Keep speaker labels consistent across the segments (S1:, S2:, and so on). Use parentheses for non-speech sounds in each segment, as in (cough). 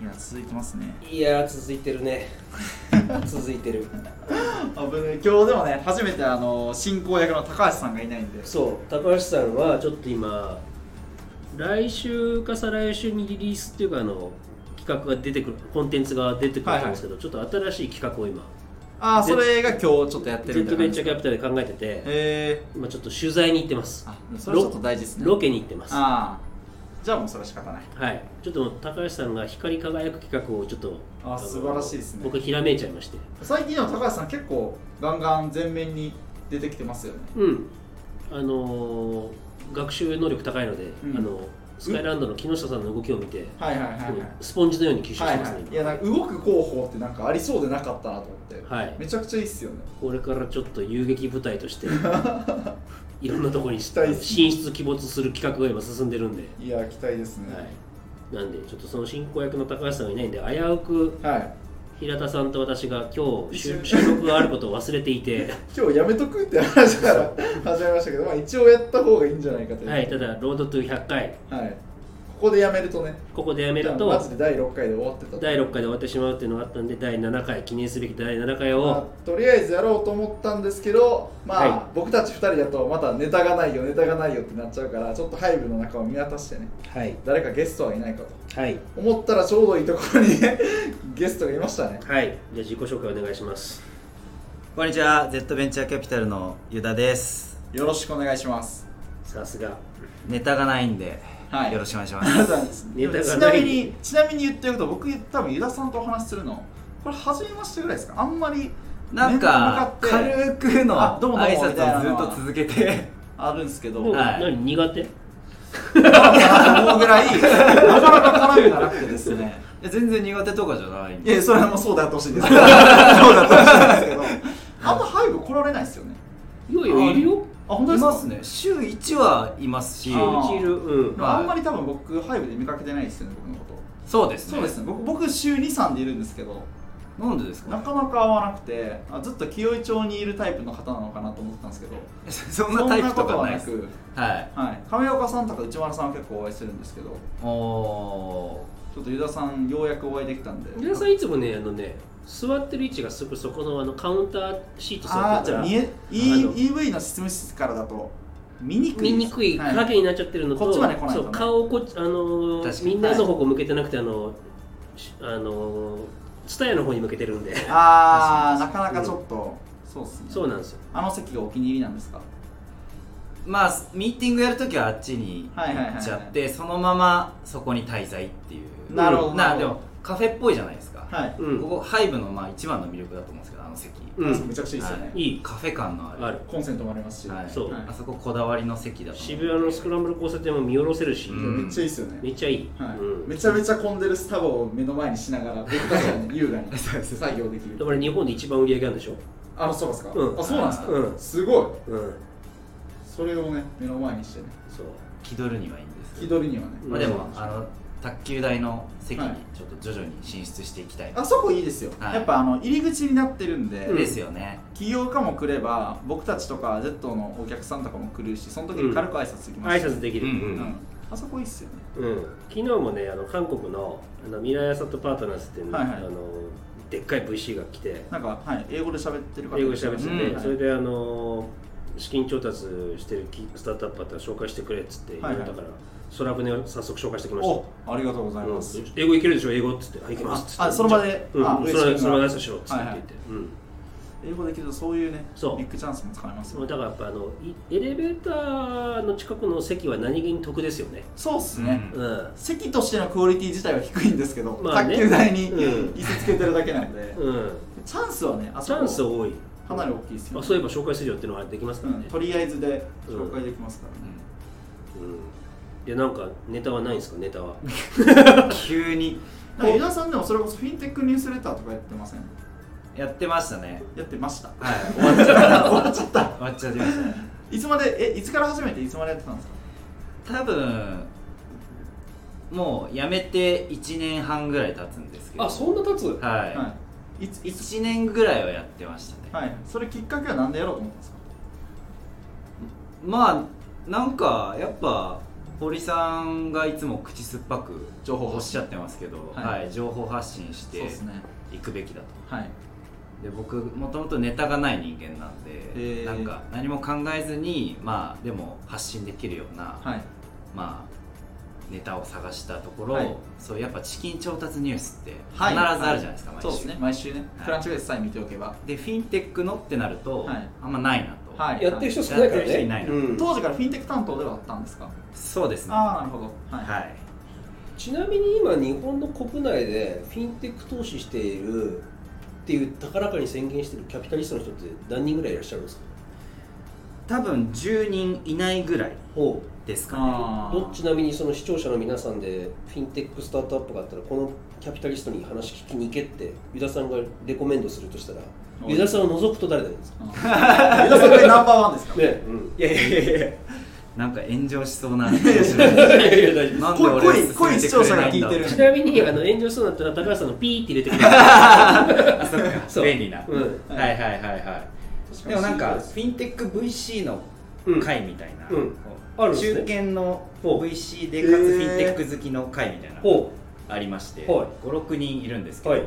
S1: いや続いてますね
S2: いやー続いて
S1: (laughs)
S2: るね続いてる
S1: 危ね今日でもね初めてあの進行役の高橋さんがいないんで
S2: そう高橋さんはちょっと今来週か再来週にリリースっていうかあの企画が出てくるコンテンツが出てくるんですけど、ちょっと新しい企画を今
S1: ああそれが今日ちょっとやってるみたい
S2: Z
S1: な
S2: ベ
S1: 感
S2: ンチ
S1: じ
S2: ャーキャピタルで考えてて、
S1: え
S2: 今ちょっと取材に行ってます
S1: ー、あそれちょっと大事ですね
S2: ロロケに行ってますは
S1: ああじゃあもうそれは仕方ない
S2: いちょっと高橋さんが光り輝く企画をちょっと
S1: あ
S2: の
S1: 素晴らしいですね
S2: 僕ひらめいちゃいまして
S1: 最近でも高橋さん結構ガンガン前面に出てきてますよね
S2: うんあのー学習能力高いので、
S1: うん
S2: あのスカイランドの木下さんの動きを見て、
S1: はいはいはいはい
S2: スポンジのように吸収して
S1: はい
S2: ます
S1: は
S2: ね
S1: い、いやなんか動く広報ってなんかありそうでなかったなと思って、
S2: はい
S1: めちゃくちゃいいっすよね
S2: これからちょっと遊撃部隊として
S1: (laughs)
S2: いろんなところに
S1: したいっすね
S2: 進出鬼没する企画が今進んでるんで、
S1: いや期待ですね
S2: はい、なんでちょっとその進行役の高橋さんがいないんで危うく
S1: はい、
S2: 平田さんと私が今日
S1: 一緒
S2: 収
S1: に
S2: 収録があることを忘れて
S1: (laughs)
S2: いて
S1: 今日やめとくって話から始まりましたけど、まあ、一応やった方がいいんじゃないかという
S2: はいただ「ロードトゥ100回
S1: はいここでやめるとね」
S2: ここでやめる
S1: マ
S2: と
S1: ジで第6回で終わってた
S2: 第6回で終わってしまうっていうのがあったんで第7回記念すべき第7回
S1: まあ
S2: を
S1: とりあえずやろうと思ったんですけどまあ、
S2: は
S1: 僕たち2人だとまたネタがないよネタがないよってなっちゃうからちょっとハイブの中を見渡してね
S2: はい
S1: 誰かゲストはいないかと
S2: はい
S1: 思ったらちょうどいいところに (laughs) ねゲストがいましたね
S2: はいじゃあ自己紹介お願いします
S3: こんにちは Z ベンチャーキャピタルのユダです
S1: よろしくお願いします
S2: さすが
S3: ネタがないんで、
S1: はい
S3: よろしくお願いしま
S1: あな
S3: す
S1: たに
S2: ネタが
S1: ち
S2: な
S1: ないみにちなみに言っておくと僕多分ユダさんとお話しするのこれ初めましてぐらいですかあんまり
S3: なんか
S1: 面と向って
S3: 軽くの
S1: あ
S3: 挨
S1: どうもどうもみたいなの
S3: 拶
S1: は
S3: をずっと続
S1: (laughs)
S3: けて
S1: あるんですけど
S2: もう
S1: あ
S3: はい
S2: 何苦手
S1: 思うぐらいなかなか絡みがなくてですね
S3: いや全然苦手とかじゃないん
S1: い
S3: で
S1: やそれはもうそうであってほしいんですけど (laughs) そうであってほしいんですけ (laughs) どあんま背後来られないですよね
S2: いやいやいるよ
S1: あ
S3: い
S1: 本当ですか
S3: ますね週1はいますし
S1: あー
S2: いるう
S1: で
S2: ん
S1: もあんまり多分僕背後で見かけてないですよね僕のこと
S3: そうですね
S1: そうですね僕僕週23でいるんですけど
S3: なんでです
S1: な
S3: か
S1: かなか合わなくてあずっと清井町にいるタイプの方なのかなと思ってたんですけど
S3: (laughs) そんなタイプとかないです
S1: そんなこ
S3: はい
S1: とはなく、はい、亀岡さんとか内丸さんは結構お会いするんですけど
S3: お
S1: ちょっと湯田さんようやくお会いできたんで
S2: 皆さんいつもねあのね座ってる位置がすぐそこのあのカウンターシート座
S1: あー
S2: って
S1: じ
S2: た
S1: ゃあ
S2: ら
S1: 見え E- EV の執務室からだと見にくい
S2: 見にくい
S1: は
S2: 影になっちゃってるのと、
S1: こっちまで来ないと
S2: そ
S1: ね
S2: う顔をこっちあの
S3: 確か
S2: ー
S3: に
S2: みんなの方向向けてなくてあのしあのツタヤの方に向けてるんで
S1: ああなかなかちょっと、そうっすね
S2: そうなんですよ
S1: あの席がお気に入りなんですか
S3: ーまあミーティングやるときはあっちに
S1: はいはいはい
S3: 行っちゃってそのままそこに滞在っていう
S1: なるほど
S3: な
S1: なる
S3: で
S1: ほど
S3: もカフェっぽいじゃないですか、
S1: はい、
S2: うん
S3: ここハイブのまあ一番の魅力だと思うんですけどあの席、
S2: う
S1: め
S2: ん
S1: ちゃくちゃいいですよね、
S2: いい
S3: カフェ感のある
S2: ある
S1: コンセントもありますし、
S3: はい、
S2: そう
S3: あそここだわりの席だと思う
S2: 渋谷のスクランブル交差点も見下ろせるし、
S3: うん
S1: めっちゃいいですよね、
S2: めっちゃいい、
S1: はい
S2: うん、
S1: めちゃめちゃ混んでるスタバを目の前にしながら僕たちはね優雅に作業でき
S2: だ
S1: る
S2: から日本で一番売り上げあるんでしょ、
S1: あそうですか、
S2: うん
S1: あそうなんですか、
S2: うん
S1: すごい
S2: うん、
S1: それをね目の前にしてね
S2: そう
S3: 気取るにはいいんですけ
S1: 気
S3: ど、
S1: 取りにはね、
S2: うん
S3: まあ、でもあの卓球台の席
S1: は
S3: に
S1: い
S3: ちょっと徐々に進出していきたい、
S1: あそこいいですよ、
S3: はい
S1: やっぱあの入り口になってるんで、
S2: うん
S3: ですよね
S1: 起業家も来れば僕たちとか Z のお客さんとかも来るしその時に軽く挨拶できます
S2: 挨
S1: し、
S2: 拶できる、
S3: うんうん
S1: うんあそこいいっすよね
S2: うん、昨日もねあの韓国のあのミラヤサとパートナーズっていうの、
S1: はいはい
S2: あのでっかい VC が来て
S1: なんか、はい、英語で喋ってる方
S2: 英語で喋ってて、
S3: うん
S1: はい
S2: それであの資金調達してるきスタートアップあったら紹介してくれっつって言
S1: は
S2: わ
S1: い
S2: れ
S1: はい
S2: たから、空船を早速紹介してきました
S1: おありがとうございます、
S2: うん英語いけるでしょ英語っつって「はい行きます」っつって
S1: あその場で
S2: うん、
S1: あ
S2: うん
S1: 嬉しい
S2: その
S1: な
S2: 場その場で挨拶しろっつって
S1: はい
S2: 言
S1: は
S2: っ
S1: い
S2: て、うん
S1: 英語できるとそういうね
S2: そう
S1: ビッグチャンスも使えます
S2: そ
S1: よ
S2: のだからやっぱあのいエレベーターの近くの席は何気に得ですよね
S1: そうっすね、
S2: うん、
S1: 席としてのクオリティ自体は低いんですけど、
S2: まあね
S1: 卓球台に
S2: うん
S1: 椅子つけてるだけなんで、
S2: うん、
S1: チャンスはねあ
S2: チ
S1: そ
S2: ャンス
S1: こ
S2: 多い
S1: かなり大きいですよ、
S2: あ
S1: ね
S2: そういえば紹介するよっていうのはできます
S1: う
S2: から
S1: ん、
S2: ね、
S1: とりあえずで紹介できますからね、
S2: うん、いやなんかネタはないんですかネタは
S3: うん (laughs) 急に
S1: なんか井田さんでもそれこそフィンテックニュースレターとかやってません
S3: やってましたね
S1: やってました
S3: はい終わっちゃった終わっちゃった終わっちゃいましたね
S1: いつまでえいつから始めていつまでやってたんですか
S3: 多分もうやめて1年半ぐらい経つんですけど
S2: んな経つ
S3: はい、
S1: いいついつ
S3: 1年ぐらいはやってましたね、
S1: はいそれきっかけは何でやろうと思ったんですか
S3: まあなんかやっぱ堀さんがいつも口酸っぱく情報おっしゃってますけど、
S1: は
S3: はいい情報発信し
S1: そう
S3: て
S1: ですね
S3: いくべきだと
S1: はい
S3: で僕もともとネタがない人間なん
S1: へ
S3: で
S1: ー
S3: なんか何も考えずにまあでも発信できるような、
S1: はい
S3: まあネタを探したところ、
S1: はい
S3: そうやっぱチキン調達ニュースって必ず
S1: はい
S3: あるじゃないですか、
S1: そう
S3: 毎
S1: で
S3: 週
S1: すね毎週ね、
S3: はい
S1: クランチベースさえ見ておけば
S3: でフィンテックのってなると、
S1: はい
S3: あんまないなと、
S1: はい
S4: やってる人少ないから
S3: やってる人いな
S4: ね
S3: い。な
S4: うん
S1: 当時からフィンテック担当ではあったんですか
S3: そうですねは
S1: ああなるほどはい、
S3: い
S4: ちなみに今日本の国内でフィンテック投資しているっていう高らかに宣言しているキャピタリストの人って何人ぐらいいらっしゃるんですか
S3: 多分10人いないぐらい
S4: お
S3: ですかね
S1: あ
S4: どっちなみにその視聴者の皆さんでフィンテックスタートアップがあったらこのキャピタリストに話聞きに行けってユダさんがレコメンドするとしたら
S1: おい
S4: ユダさんを除くと誰なんですか
S1: あ皆さんこれナンバーワンですか
S4: ねうん
S3: いやいやいやいやなんか炎上しそうなな
S4: (laughs)
S3: ん
S4: いやいや大丈夫です
S3: で俺
S1: 濃い
S3: を勧めてくれないんだ
S1: 濃い視聴者が聞いてる
S2: ちなみにあの炎上しそうだったら高橋さんのピーって入れてくだ
S3: あそっか
S4: そう
S3: 便利な、
S4: うん
S3: はいはいはいはいでもなんかフィンテック VC の会みたいな、
S4: うんうんあるんです
S3: 中
S4: ね
S3: 堅の
S4: ほう
S3: VC でかつフィンテック好きの会みたいな
S4: ほ
S3: ありまして
S4: はい
S3: 56人いるんですけど、
S4: はい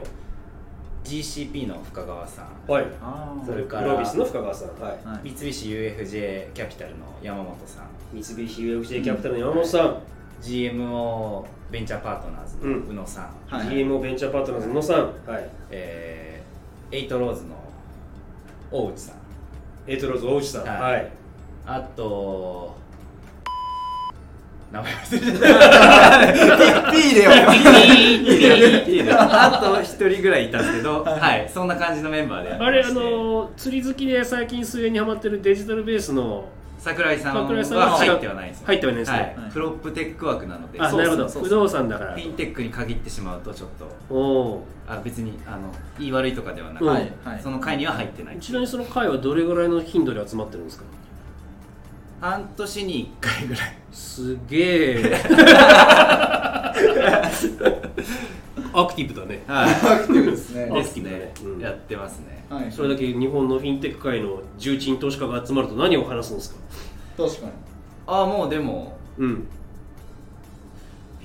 S3: GCP の深川さん
S4: うはい
S1: あー
S3: それから
S4: グロービスの深川さんはい
S1: はい
S3: 三菱 UFJ キャピタルの山本さん
S4: 三菱 UFJ キャピタルの山本さん、
S3: GMO ベンチャーパートナーズの宇野さん、
S1: はい
S4: GMO ベンチャーパートナーズの野さん、はい、
S3: えー、エイトローズの大内さん
S4: エイトローズ大内さん、
S3: はい
S4: はい、
S3: あと名前忘れちゃっ
S1: ピーでよ
S3: (laughs) たあと一人ぐらいいたんですけどはいそんな感じのメンバーでやって
S2: さいあ
S3: ま
S2: れ
S3: し
S2: あ
S3: て
S2: の釣り好きで最近水泳にハマってるデジタルベースの
S3: 桜井さん
S2: 桜井さん
S3: は
S2: は
S3: 入ってはないですね
S2: 入ってはないですね
S1: はい
S3: プロップテック枠なので
S2: あ
S3: そう
S2: なるほど
S1: そうそうそう
S2: 不動産だから
S3: フィンテックに限ってしまうとちょっと
S2: おお
S3: あ別にあの言い悪いとかではな
S2: う
S3: く、
S2: ん
S1: はいはい
S3: その会には入ってない
S2: ちなみにその会はどれぐらいの頻度で集まってるんですか
S3: 半年に1回ぐらい
S2: すげえアクティブだね
S3: は
S1: アクティブですね
S3: い
S2: あ
S3: ですね、
S4: うん
S3: やってますね
S1: はい
S2: それだけ日本のフィンテック界の重鎮投資家が集まると何を話すんですか
S1: 確かに
S3: ああもうでも
S2: うん
S3: フ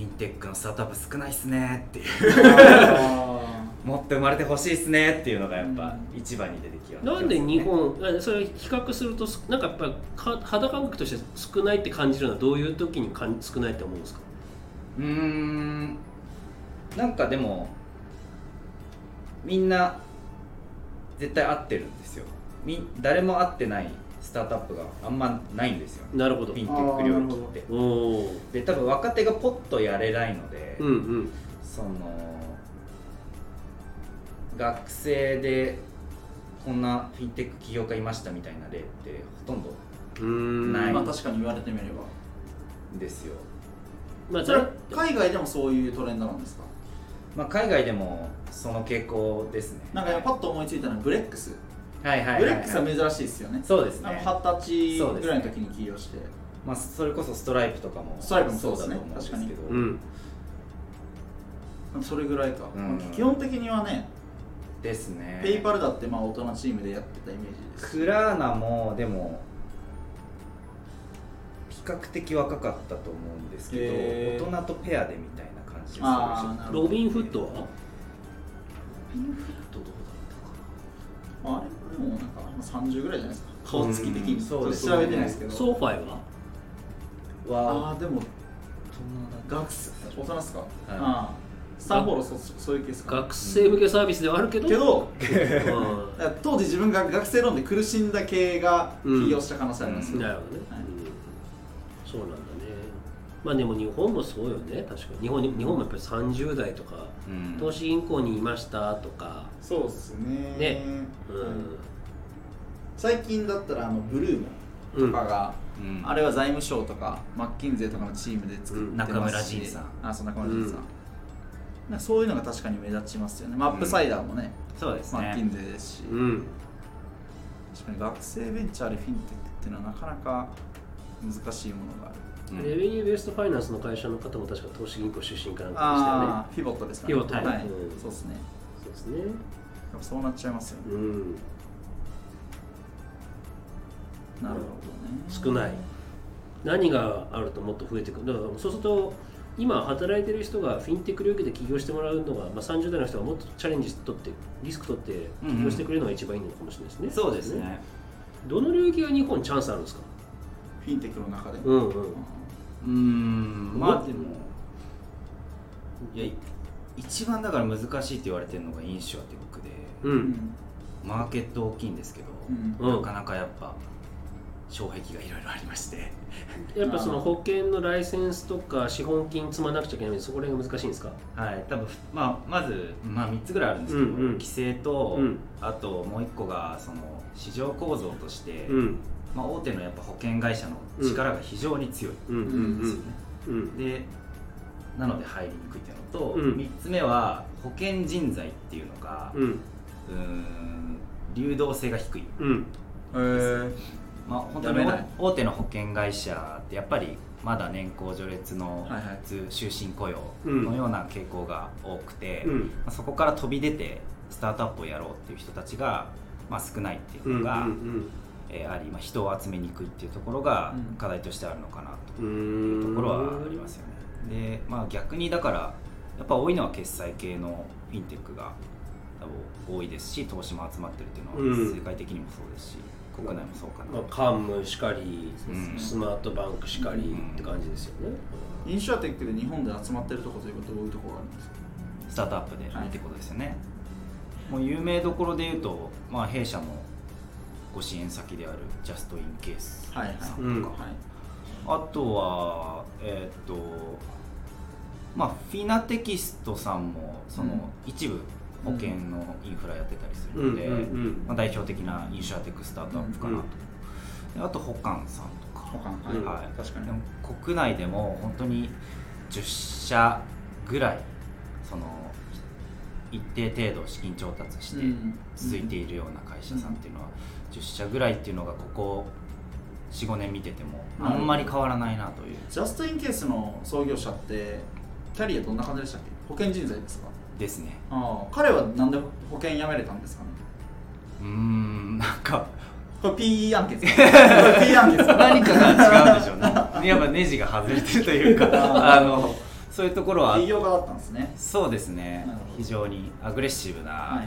S3: ィンテックのスタートアップ少ないっすねっていう (laughs)
S1: あ
S3: もっと生まれてほしいっすねっていうのがやっぱ
S1: う
S3: 一番に出てきよう
S2: なんで日本あそれ比較するとすなんかやっぱか肌感覚として少ないって感じるのはどういう時にかん少ないって思うんですか
S3: うーんなんかでもみんな絶対合ってるんですよみん誰も合ってないスタートアップがあんまないんですよフ
S2: なるほど
S3: ィンテック領域って
S2: おおー
S3: で多分若手がポッとやれないので、
S2: うんうん
S3: その学生でこんなフィンテック起業家いましたみたいな例ってほとんど
S2: うーん
S3: ない
S1: まあ確かに言われてみれば
S3: ですよ、
S2: まあ
S1: それは海外でもそういうトレンドなんですか
S3: まあ、海外でもその傾向ですね
S1: なんか今パッと思いついたのはブレックス
S3: はいはいはいはい
S1: ブレックスは珍しいですよね
S3: そうです
S1: あの
S3: ね、
S1: 二十歳ぐらいの時に起業して
S3: まあ、それこそストライプとかも
S1: ストライプもそうですね
S3: だと思うんですけど、
S2: うん
S1: それぐらいか、
S3: うん
S1: 基本的にはね
S3: ですね
S1: ペイパルだってまあ大人チームでやってたイメージです
S3: クラーナもでも比較的若かったと思うんですけど、
S1: へー
S3: 大人とペアでみたいな感じ
S1: あーなる
S3: が
S1: ほど
S2: ロビンフットは
S1: あれもうなんか今30ぐらいじゃないですか
S3: うん
S1: 顔つき的に、
S3: そうです
S1: ちょっと調べてないですけど
S2: ソーファイは
S3: するわ
S1: ああでも
S3: 大人
S1: 学生大人ですか、ああスターフォローそそういう系ですか
S2: 学生向けサービスではあるけど
S1: けど
S2: うん
S1: だから当時自分が学生ローンで苦しんだ系が起業した可能性あります、
S3: うん
S2: なるほどね、
S1: はい
S2: うんそうなんだねまあでも日本もそうよね確かに日本に日本もやっぱり30代とか
S3: うん
S2: 投資銀行にいましたとか、
S1: そうですね
S2: ねうん
S1: 最近だったらあのブルームとかが、
S3: うん
S1: あれは財務省とかマッキンゼーとかのチームで作ってますし、
S3: 中村仁さん
S1: あそう中村仁さん、
S2: うん
S1: なんかそういうのが確かに目立ちますよねマップサイダーもね、
S3: そうです
S1: マッキ
S3: ね
S1: ンゼーですし、
S2: うん
S1: 確かに学生ベンチャーでフィンテックっていうのはなかなか難しいものがある
S3: うん
S2: レベニューベーストファイナンスの会社の方も確か投資銀行出身かなんか
S1: ああーフィボットですかね
S2: フィボット
S1: はい、
S2: うん
S1: そうですね
S2: でしたよねそうですね
S1: やっぱそうなっちゃいますよね、
S2: うん
S1: なるほどね
S2: 少ない何があるともっと増えてくるだからそうすると今働いてる人がフィンテック領域で起業してもらうのが、まあ、30代の人がもっとチャレンジ取ってリスク取って起業してくれるのが一番いいのかもしれないですね、
S3: そうですね
S2: どの領域が日本チャンスあるんですか
S1: フィンテックの中で、
S2: うんうん
S3: うーんまあでもいやい一番だから難しいって言われてるのが飲酒はって僕で
S2: う
S1: うん
S3: マーケット大きいんですけど、
S1: うん
S2: うん
S3: なかなかやっぱ障壁がいろいろありまして
S2: やっぱその保険のライセンスとか資本金積まなくちゃいけないのでそこら辺が難しいんですか
S3: はい、多分ふまあまず、まあ、3つぐらいあるんですけど、
S2: うんうん
S3: 規制と、
S2: うん
S3: あともう1個がその市場構造として、
S2: うん
S3: まあ、大手のやっぱ保険会社の力が非常に強いん
S2: うんうん
S3: ですよね、
S2: うん
S3: でなので入りにくいっていうのと、
S2: うん
S3: 3つ目は保険人材っていうのが、
S2: うんうん
S3: うーん流動性が低い、
S2: うん
S1: えー、
S3: まあ、本当に
S1: やめない
S3: 大手の保険会社ってやっぱりまだ年功序列の
S1: はいはい
S3: 終身雇用
S2: うん
S3: のような傾向が多くて、
S2: うん
S3: まあそこから飛び出てスタートアップをやろうっていう人たちが、まあ、少ないっていううんのが、
S2: うん
S3: えーあり、まあ、人を集めにくいっていうところが
S1: うん
S3: 課題としてあるのかな
S2: う
S3: と
S2: ん
S3: いうところはありますよね。で、まあ、逆にだからやっぱ多いのは決済系のフィンテックが多分多いですし投資も集まってるっていうの
S2: う
S3: は
S2: ん
S3: 世界的にもそうですし国内もそうかな
S2: まあ、カンムしかり、
S3: うん
S2: スマートバンクしかり
S3: うん
S2: って感じですよね。
S1: インシュアテックで日本で集まってるとこというとどういうところがあるんですか
S3: スタートアップでってことですよね、もう有名どころで言うと、まあ、弊社のご支援先であるジャスト・イン・ケースさん
S1: はい
S3: とか、
S1: はい
S2: うん
S1: はい
S3: あとはえーっとまあフィナテキストさんもその、
S1: うん
S3: 一部保険のインフラやってたりす
S2: う
S3: る
S2: んう
S3: の
S2: ん
S3: で、
S2: うん
S3: まあ、代表的なインシュアテックスタートアップかなと、であとホカンさんとか
S1: 保管
S2: うん
S1: は
S3: はい
S1: い、確かに
S3: でも国内でも本当に10社ぐらいその一定程度資金調達して
S1: うん
S3: 続いているような会社さんっていうのは10社ぐらいっていうのがここ45年見てても
S1: うん
S3: あんまり変わらないなという
S1: ジャストインケースの創業者ってキャリアどんな感じでしたっけ保険人材ですか
S3: ですね
S1: ああ彼はなんで保険辞めれたんですかね
S3: うーんなん
S1: (laughs)
S3: か
S1: これ PE 案件
S3: (laughs)
S1: ですか ?PE 案件ですか
S3: 何かが違うんでしょうねやっぱネジが外れてるとい
S1: (laughs)
S3: うかあのそういうところは
S1: 企業家だったんですね
S3: そうですね
S1: なるほど
S3: 非常にアグレッシブ
S1: は
S3: ない
S1: はい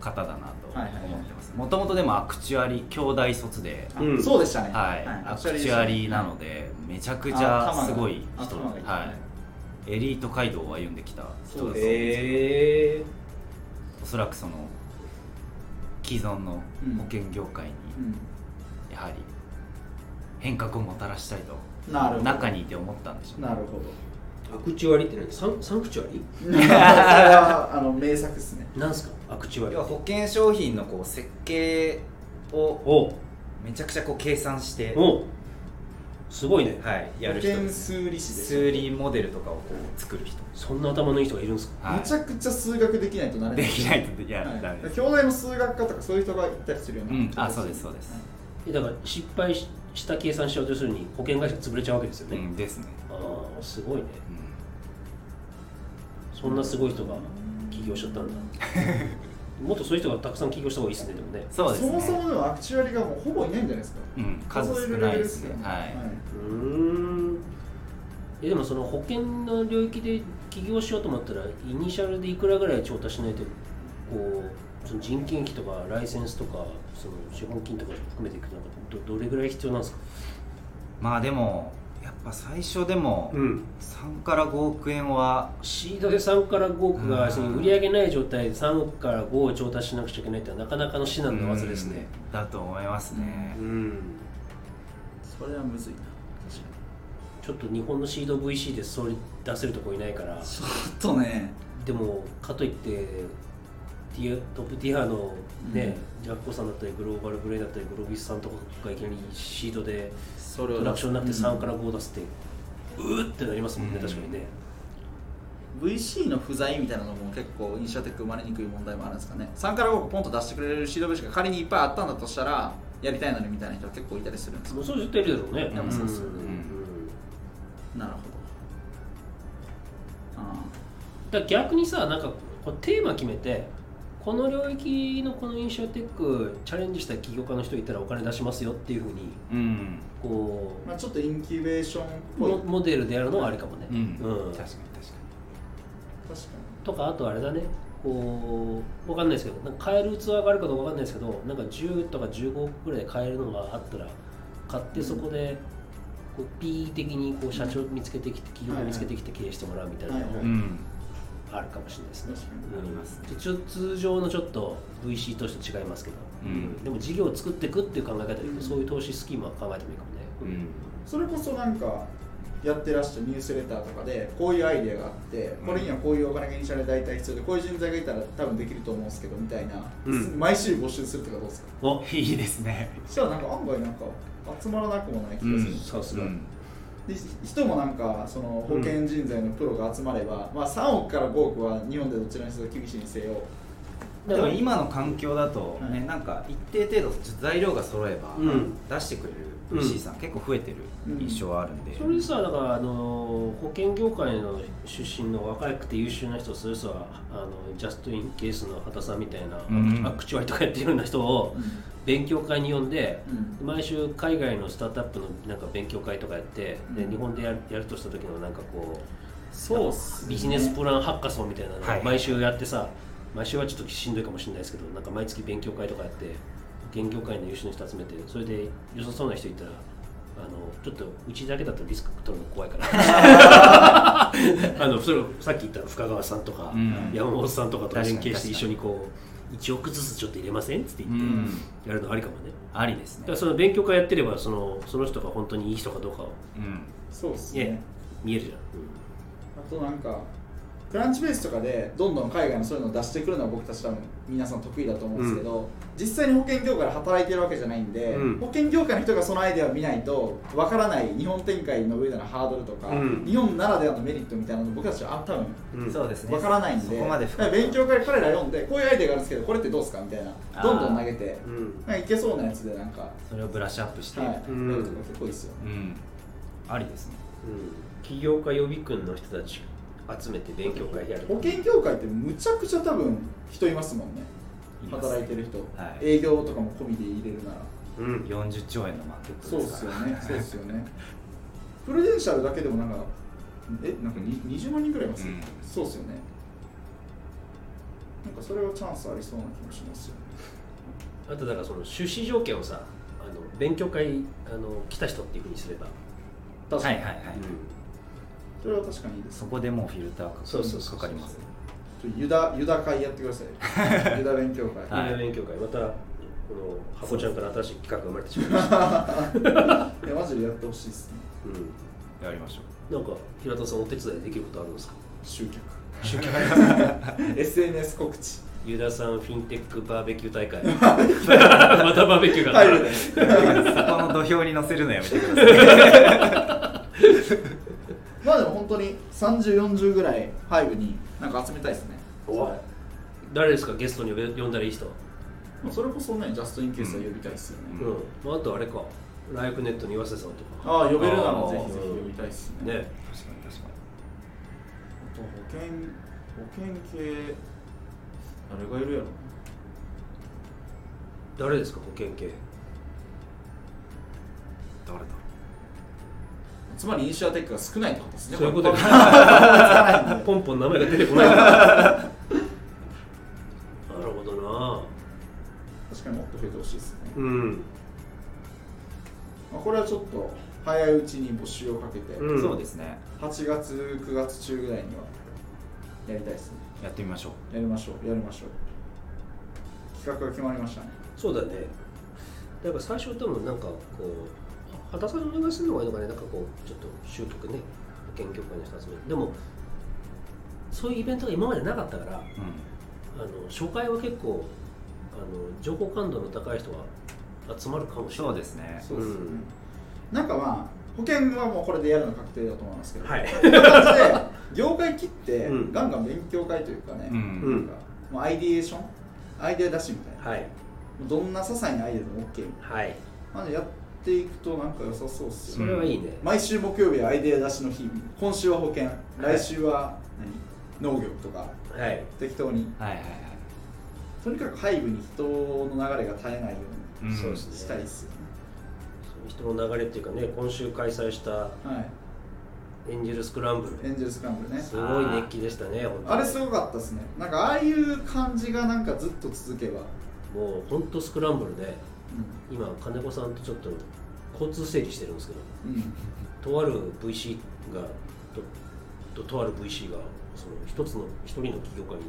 S3: 方だなと
S1: はいはいはい
S3: 思ってますもともとでもアクチュアリ兄弟卒で、
S1: あ
S2: うん
S1: そうでしたね
S3: はいアクチュアリーなのでめちゃくちゃすごい
S1: あ
S3: 人
S1: 頭がいい
S3: はいエリート街道を歩んできた人だそうです、
S4: え
S3: おそらくその既存の
S1: うん
S3: 保険業界に
S1: う
S3: やはり変革をもたらしたいと
S1: んなるほど
S3: 中にいて思ったんでしょうね
S1: なるほど (laughs)
S4: アクチュアリって何
S2: サンサンクチュアリ
S1: それはあの名作ですね
S2: なんすかアクチュアリ
S3: 要は保険商品のこう設計を
S2: お
S3: めちゃくちゃこう計算して
S2: おすごいね。
S3: はいや
S1: 保
S3: る人
S1: 険
S3: です
S1: 数理士です
S3: 数理モデルとかをこう作る人
S2: そんな頭のいい人がいるんですか
S3: はい
S1: めちゃくちゃ数学できないとなれな
S3: で
S1: い
S3: きないといや、
S1: はい
S3: ダメです
S1: 兄弟の数学科とかそういう人がいたりするような、
S3: うんあそうですそうです
S2: えだから失敗しした計算しようとするに保険会社潰れちゃうわけですよ
S3: う
S2: ね。
S3: んですね、
S2: ああすごいね。
S3: う
S2: そんなすごい人が起業しちゃった (laughs) んだ。もっとそういう人がたくさん起業した方がいいですねでもね
S3: ん、。そうです
S1: そ
S3: ね
S1: もそもでもアクチュアリがもうほぼいないんじゃないですか
S3: うん、数少ないですねはい
S2: ーんえでもその保険の領域で起業しようと思ったらイニシャルでいくらぐらい調達しないとこうその人件費とかライセンスとかその資本金とか含めていくとなんかどどれぐらい必要なんですか
S3: いまあでもやっぱ最初でも
S2: ん
S3: 3から5億円は
S2: シードで3から5億が
S3: うん
S2: その売り上げない状態で3から5を調達しなくちゃいけないってのはなかなかの至難の技ですね
S3: うんだと思いますね
S2: う、ん
S1: それはむずいな確か
S2: ちょっと日本のシード VC でそれ出せるとこいないから
S1: にちょっとね
S2: でもかといってティアトップティアのね、ジャッコさんだったりグローバルブレインだったりグロービスさんとかがいきなりシードで
S1: それ
S2: プロダクションになって3から5出すって、うーってなりますもんね、
S3: うん
S2: 確かにね
S1: VC の不在みたいなのも結構インシアテック生まれにくい問題もあるんですかね3から5ポンと出してくれるシードベースが仮にいっぱいあったんだとしたらやりたいのにみたいな人は結構いたりするんです
S2: もうそう絶対いるだろうね
S1: でもそうそう
S2: うん
S1: うんなるほどあ
S2: だから逆にさなんかこうテーマ決めてこの領域のこのインシュアテックチャレンジした起業家の人いたらお金出しますよっていうふうに
S3: うん
S2: こ
S1: まあ、ちょっとインキュベーションっ
S2: う
S1: ぽい
S2: モモデルでやるのはありかもね、
S3: うん、
S2: うん
S3: 確かに確か
S1: 確か
S2: とかあとあれだねこうわかんないですけどなんか買える器があるかどうかわかんないですけどなんか10とか15億ぐらいで買えるのがあったら買ってそこでこう P 的にこう社長見つけてきて企業を見つけてきて経営してもらうみたいなのも
S1: はい
S3: にうん
S2: あるかもしれないですね
S1: に。確かに
S2: うん
S3: ありますね
S2: ちょ通常のちょっと VC として違いますけど、
S3: うん
S2: でも事業を作っていくっていう考え方でいう
S1: うん
S2: とそういう投資スキームは考えてもいいかもね、
S3: うん
S1: それこそなんかやってらっしゃるニュースレターとかでこういうアイデアがあって
S3: ん
S1: これにはこういうお金がイニシャルで大体必要でこういう人材がいたら多分できると思うんですけどみたいな、
S2: うん
S1: 毎週募集するとかどうですか
S2: お
S3: いいですね
S1: したらなんか案外なんか集まらなくもない気がする、
S3: うん
S2: さすが
S3: うん
S1: で人もなんかその保険人材のプロが集まれば、まあ、3億から5億は日本でどちらにせよ厳しいにせよ
S3: でも今の環境だと、ね
S1: はい
S3: なんか一定程度材料が揃えば、
S2: うん
S3: 出してくれ
S2: うん
S3: る VC さん、結構増えてる印象はあるんで、
S2: それでさだからあの保険業界の出身の若くて優秀な人それこそあのジャスト・イン・ケースの畑さんみたいな、
S3: うん
S2: アクチュアリとかやってるような人を勉強会に呼んで、毎週海外のスタートアップのなんか勉強会とかやって、
S1: う
S2: で
S1: ん
S2: 日本でやるやるとした時のなんかこう
S3: そうっすね
S2: ビジネスプランハッカソンみたいな
S3: は
S2: の
S3: い
S2: を毎週やってさ、毎週はちょっとしんどいかもしれないですけどなんか毎月勉強会とかやって勉強会の優秀な人集めてそれで良さそうな人いたらあのちょっとうちだけだとリスク取るの怖いから
S3: (laughs)
S2: あのそれさっき言った深川さんとか、
S3: うん
S2: 山本さんとかと連携して一緒
S3: 確かに確かに
S2: にこう1億ずつちょっと入れませんっつって
S3: う
S2: 言って、
S3: ん、
S2: やるのありかもね。
S3: ありです
S2: だ
S3: ね
S2: からその勉強会やってればそのその人が本当にいい人かどうかを
S3: うん
S1: そうです
S2: いや
S1: ね
S2: 見えるじゃん、
S1: あとなんかクランチベースとかでどんどん海外のそういうのを出してくるのは僕たち多分皆さん得意だと思うんですけど、実際に保険業界で働いてるわけじゃないんで、
S2: うん
S1: 保険業界の人がそのアイデアを見ないとわからない日本展開の上でのハードルとか、
S2: うん
S1: 日本ならではのメリットみたいなの僕たちはあ多分
S2: うん
S3: そうですね
S1: わからないんで
S3: そこまで
S1: だ
S3: 深
S1: か
S3: く
S1: ら勉強会彼ら読んでこういうアイデアがあるんですけどこれってどうですかみたい
S3: あ
S1: な
S3: ー
S1: どんどん投げて
S2: うん
S1: なんかいけそうなやつでなんか、は
S3: それをブラッシュアップし
S1: い、
S3: て、
S1: やるとか
S2: うん
S1: 結構いいですよ、
S3: うんありですね
S2: 起業家予備軍の人たち集めて勉強会やる
S1: 保険業界ってむちゃくちゃ多分人いますもんね
S3: ます
S1: 働いてる人、
S3: はい
S1: 営業とかも込みで入れるなら
S2: うん
S3: 40兆円のマーケットです
S1: そうっすよねそうっすよねプルデンシャルだけでもなんかえなんかに20万人ぐらいいます、
S3: うん
S1: そうっすよねなんかそれはチャンスありそうな気もしますよね
S2: あとだからその出資条件をさあの勉強会あの来た人っていうふうにすれば、
S1: 確か
S3: は
S1: に、
S3: いはいはい、
S1: それは確かにいいです
S3: そこでもうフィルターか
S2: そうそうそう
S3: かかります
S1: ちょユダユダ会やってくださ (laughs) いユダ勉強会
S3: は
S2: み
S3: い
S2: んな勉強会またこの箱ちゃんから新しい企画が生まれてしまいました、
S1: いやマジでやってほしいですね
S2: うん、
S3: やりましょう
S2: なんか平田さんお手伝いできることあるんですか
S1: 集客 (laughs) SNS 告 (laughs) 知
S2: ユダさんフィンテックバーベキュー大会またバーベキューがあ
S1: 入
S2: る
S1: るね
S3: そこの土俵に乗せるのやめてください
S1: まあでも本当に3040ぐらいハイブになんか集めたいですね
S2: お誰ですかゲストに呼べ呼んだらいい人、
S1: まあそれこそねジャストインケースは呼びたいですよね、
S3: うん
S2: うん、あとあれかライフネットの岩瀬さんとか
S1: ああ呼べるならぜ
S2: あー
S1: ひぜひ呼びたいですね
S2: ね
S3: 確かに確か
S1: あと保険保険系誰がいるやろ
S2: 誰ですか保険系
S3: に誰だ
S1: つまりインシュアテックが少ないってことですね
S2: そういうこと
S1: れ
S2: で
S1: は
S2: ポンポン名前が出てこないなるほどな
S1: 確かにもっと増えてほしいですね、
S2: うん
S1: まあ、これはちょっと早いうちに募集をかけて、
S2: うん
S3: そうですね
S1: 8月9月中ぐらいにはやりたいですね
S3: やってみましょう
S1: やりましょうやりましょう企画が決まりましたね
S2: そうだねだから最初でもなんかこう畑さんにお願いするのがいいのかねなんかこうちょっと集客ね保険業界の人集めてでもそういうイベントが今までなかったから
S3: う
S2: あの初回は結構あの情報感度の高い人が集まるかも
S3: ん
S2: しれな
S3: そ
S2: いう
S3: ですね
S1: そうですよね、なんかまあ保険はもうこれでやるの確定だと思いますけど、
S2: はい
S1: こういう感じで (laughs) 業界切って
S2: うん
S1: ガンガン勉強会というかね、
S3: うん
S2: うん
S1: なんかもうアイディエーションアイデア出しみたいな、
S2: はい
S1: もうどんな些細なアイデアでも OK みたい
S2: はい
S1: なまあやっていくとなんか良さそうっす
S2: そ
S1: よね、
S2: れはいいね、
S1: 毎週木曜日はアイデア出しの日今週は保険来週は何農業とか
S2: はい
S1: 適当に
S3: はいはいはい
S1: とにかく背部に人の流れが絶えないよう
S3: うん
S4: そうです
S1: に
S4: ね
S1: したいっすよね、
S2: その人の流れっていうかね今週開催した
S1: はい
S2: エンジェルスクランブル
S1: エンジェルスクランブルね
S2: すごい熱気でしたね本当に
S1: あれすごかったですねなんかああいう感じがなんかずっと続けば、
S2: もう本当スクランブルね
S1: う
S2: 今金子さんとちょっと交通整理してるんですけど
S1: んうん、
S2: とある VC がとととある VC がその一つの一人の起業家に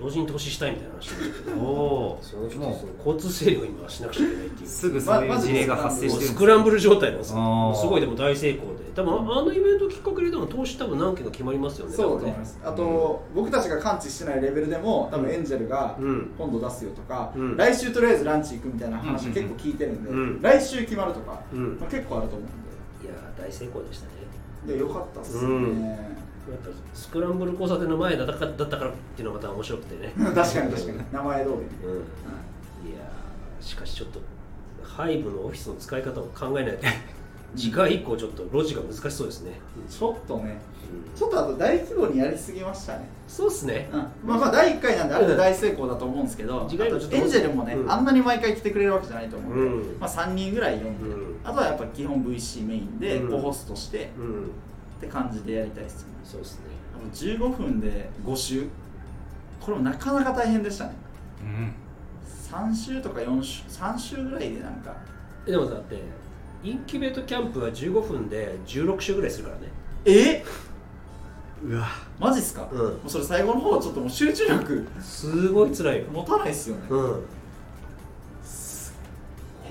S2: 同時に投資したいみたいな話になって
S3: おお
S2: その人
S3: もう
S2: その交通整理を今しなくちゃいけないっていう
S3: すぐそういう事例が発生
S2: も
S3: し
S2: う
S3: てる
S2: スクランブル状態なんです
S3: あー
S2: よすごいでも大成功で多分ああのイベントきっかけででも投資多分何件か決まりますよね
S1: そうだと思
S2: 多分
S1: い
S2: ね
S1: ます、あと、僕たちが感知してないレベルでも多分エンジェルが
S2: うん
S1: 今度出すよとか、
S2: うん
S1: 来週とりあえずランチ行くみたいな話
S3: うん
S1: 結構聞いてるんで、
S2: うん
S1: 来週決まるとか、
S2: うん
S1: まあ、結構あると思うん
S2: いやー大成功でしたね
S1: ででよかったっすね、 (laughs)
S2: うんやっぱスクランブル交差点の前だったからだったからっていうのがまた面白くて
S3: (laughs)
S2: ね
S1: 確かに確かに名前通りね、
S2: うんいやーしかしちょっと背部のオフィスの使い方を考えない
S1: (laughs)
S2: と次回以降ちょっとロジが難しそうですね、
S1: ちょっとね
S2: うん
S1: ちょっとあと大規模にやりすぎましたね
S2: そうっすね
S1: うんまあまあ第1回なんであれで大成功だと思うんですけど、
S2: 次回もちょっと
S1: エンジェルもね、
S2: うん
S1: あんなに毎回来てくれるわけじゃないと思うんで、
S2: うん
S1: まあ、3人ぐらい呼んで、
S2: うん
S1: あとはやっぱ基本 VC メインで、
S2: うん
S1: こうホストして、っ
S2: うん
S1: て感じでやりたいですよね
S2: そうっすね
S1: あの15分で5周これもなかなか大変でしたね
S3: うん
S1: 3周とか4周3周ぐらいでなんか
S2: えでもだってインキュベートキャンプは15分で16週ぐらいするからね
S1: え
S3: うわ
S1: マジっすか、
S2: うん
S1: もうそれ最後の方ちょっともう集中力
S2: すごい辛いよ
S1: 持たないっすよね、
S2: うん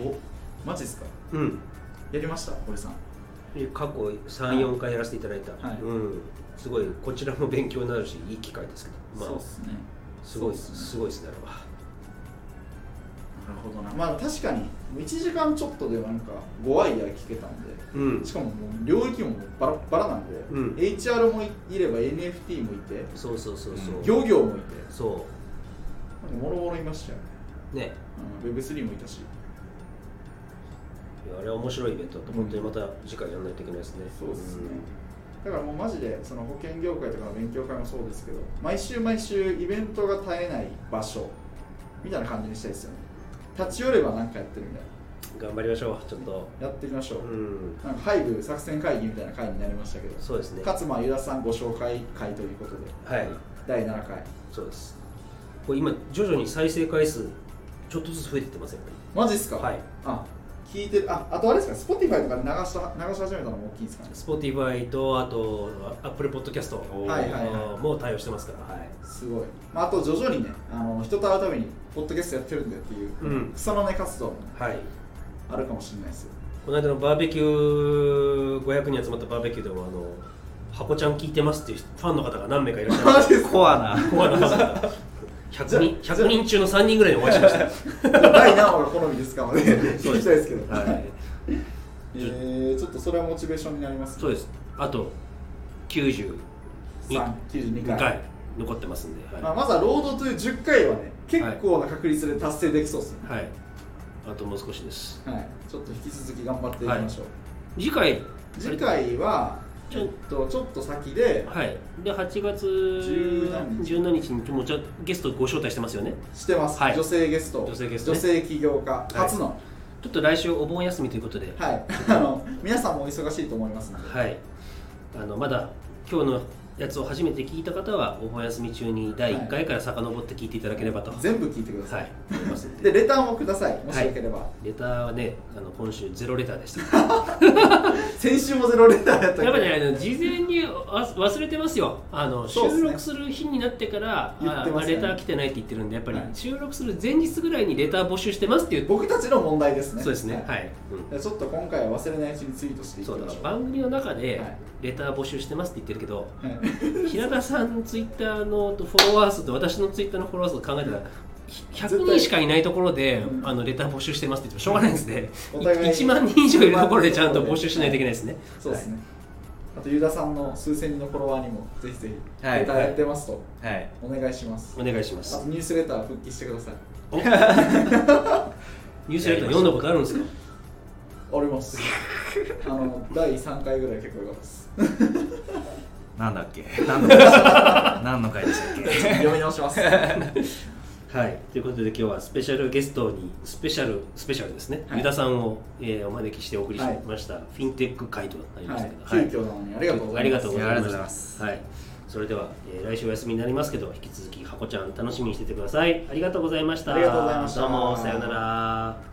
S1: おマジっすか
S2: うん
S1: やりました堀さん
S2: で過去34回やらせていただいた、
S1: はい
S2: うん、すごいこちらも勉強になるしいい機会ですけど、
S1: そう
S2: ま
S1: っ
S2: あ、
S1: すね
S2: すごい
S1: そうっすね
S2: すごいですねあれは
S1: なるほどなまあ確かに1時間ちょっとでなんか5アイデア聞けたんで
S2: うん
S1: しかももう領域もバラッバラなんで、
S2: うん
S1: HR もいれば NFT もいて
S2: そうそうそうそう、
S3: うん
S1: 漁業もいて
S2: そ
S1: なんかもろもろいましたよね、
S2: うね
S1: うん、Web3 もいたし
S2: いやあれは面白いイベントだと本当にまた次回やらないといけないですね、
S1: そうですね、だからもうマジでその保険業界とかの勉強会もそうですけど毎週毎週イベントが絶えない場所みたいな感じにしたいですよね立ち寄れば何かやってるみたい
S2: うん頑張りましょうちょっと
S1: なやっていきましょう、
S2: うん
S1: なんか背部作戦会議みたいな会になりましたけど
S2: そうですね
S1: かつまあユダさんご紹介会ということで
S2: はい
S1: 第7回
S2: そうですこれ今徐々に再生回数ちょっとずつ増えてってませんか
S1: マジっすか
S2: はい
S1: あ聞いてるああとあれですか Spotify とかで流した流し始めたのも大きいんですかね
S2: Spotify とあと Apple Podcast
S1: はいはいは
S2: もう対応してますからはい
S1: すごい、まあ、あと徐々にねあの人と会うためにポッドキャストやってるんだよっていう、
S2: うん
S1: 草の根活動も
S2: はい
S1: あるかもしれないですよ
S2: この間のバーベキュー500人集まったバーベキューでもあの箱ちゃん聞いてますっていうファンの方が何名かいらっしゃいま
S1: (laughs) マ
S2: し
S1: ジですか
S3: コアな
S2: た100人 ,100 人中の3人ぐらいにお会いしました
S1: 第何話が好みですかまで聞き
S2: そう
S1: たい
S2: です
S1: ですけど、
S2: はい、
S1: えー、ちょっとそれはモチベーションになります
S2: そうです。あと92
S1: 3 92
S2: 2
S1: 回
S2: 回残ってますんで、
S1: まあ、
S2: は
S1: まずは労働という10回はね結構な確率で達成できそうですね
S2: い。はい。あともう少しです。
S1: はい、ちょっと引き続き頑張っていきましょう、
S2: 次回
S1: 次回はちょっとちょっと先で
S2: はい。で8月
S1: 17
S2: 17日にもうじゃゲストご招待してますよね。
S1: してます、
S2: はい
S1: 女性ゲスト
S2: 女性ゲストね
S1: 起業家
S2: い
S1: 初の、
S2: ちょっと来週お盆休みということで、 (laughs)
S1: はいあの皆さんもお忙しいと思いますので
S2: はい。あのまだ今日のやつを初めて聞いた方はお盆休み中に第1回から遡って聞いていただければと、はい、
S1: 全部聞いてください、
S2: 思いますんで。
S1: でレターもくださいもしよければ、
S2: レターはね、あの今週ゼロレターでした。
S1: 先週もゼロレターやった
S2: やっぱ
S1: けど
S2: ね、あの事前にわ忘れてますよあの、
S1: そうっすね
S2: 収録する日になってから、
S1: 言って
S2: あ
S1: ますよね
S2: レター来てないって言ってるんで、やっぱり
S1: はい
S2: 収録する前日ぐらいにレター募集してますっていう、
S1: 僕たちの問題ですね
S2: そうですね、はいい、う
S1: でちょっと今回は忘れないうちにツイートしてい
S2: ん、
S1: きま
S2: そうだ
S1: し
S2: か
S1: ょ
S2: ら
S1: う
S2: 番組の中で
S1: はい
S2: レター募集してますって言ってるけど、
S1: はい
S2: 平田さんのツイッターのフォロワー数と私のツイッターのフォロワー数と考えたら、ひ100人しかいないところで、
S1: うん
S2: あのレター募集してますって言ってもしょうがないんですね、
S1: お互い
S2: 1万人以上いるところでちゃんと募集しないといけないですね。
S1: そうですね、あとユダさんの数千人のフォロワーにもぜひぜひ
S3: はい
S1: レターやってますと
S3: はい
S1: お願いします、
S2: はいお願いします
S1: あとニュースレター復帰してください
S2: (laughs) ニュースレター読んだことあるんですか
S1: ありますあの第3回ぐらい結構良かったです
S3: なんだっけ何の回でした何の回でしたっけ
S1: 読み直します。は
S2: はい、ということで今日はスペシャルゲストにスペシャルスペシャルですね、
S1: はい
S2: ユダさんを、えーお招きしてお送りし
S1: はい
S2: ました、フィンテック会となりましたけど、
S1: はい急遽なのにありがとうございます
S2: ありがとうございま
S3: いやあり
S2: す
S3: がとうございます
S2: はい、それでは、えー来週お休みになりますけど引き続きハコちゃん楽しみにしててくださいありがとうございました
S1: ありがとうございました
S2: どうもさようなら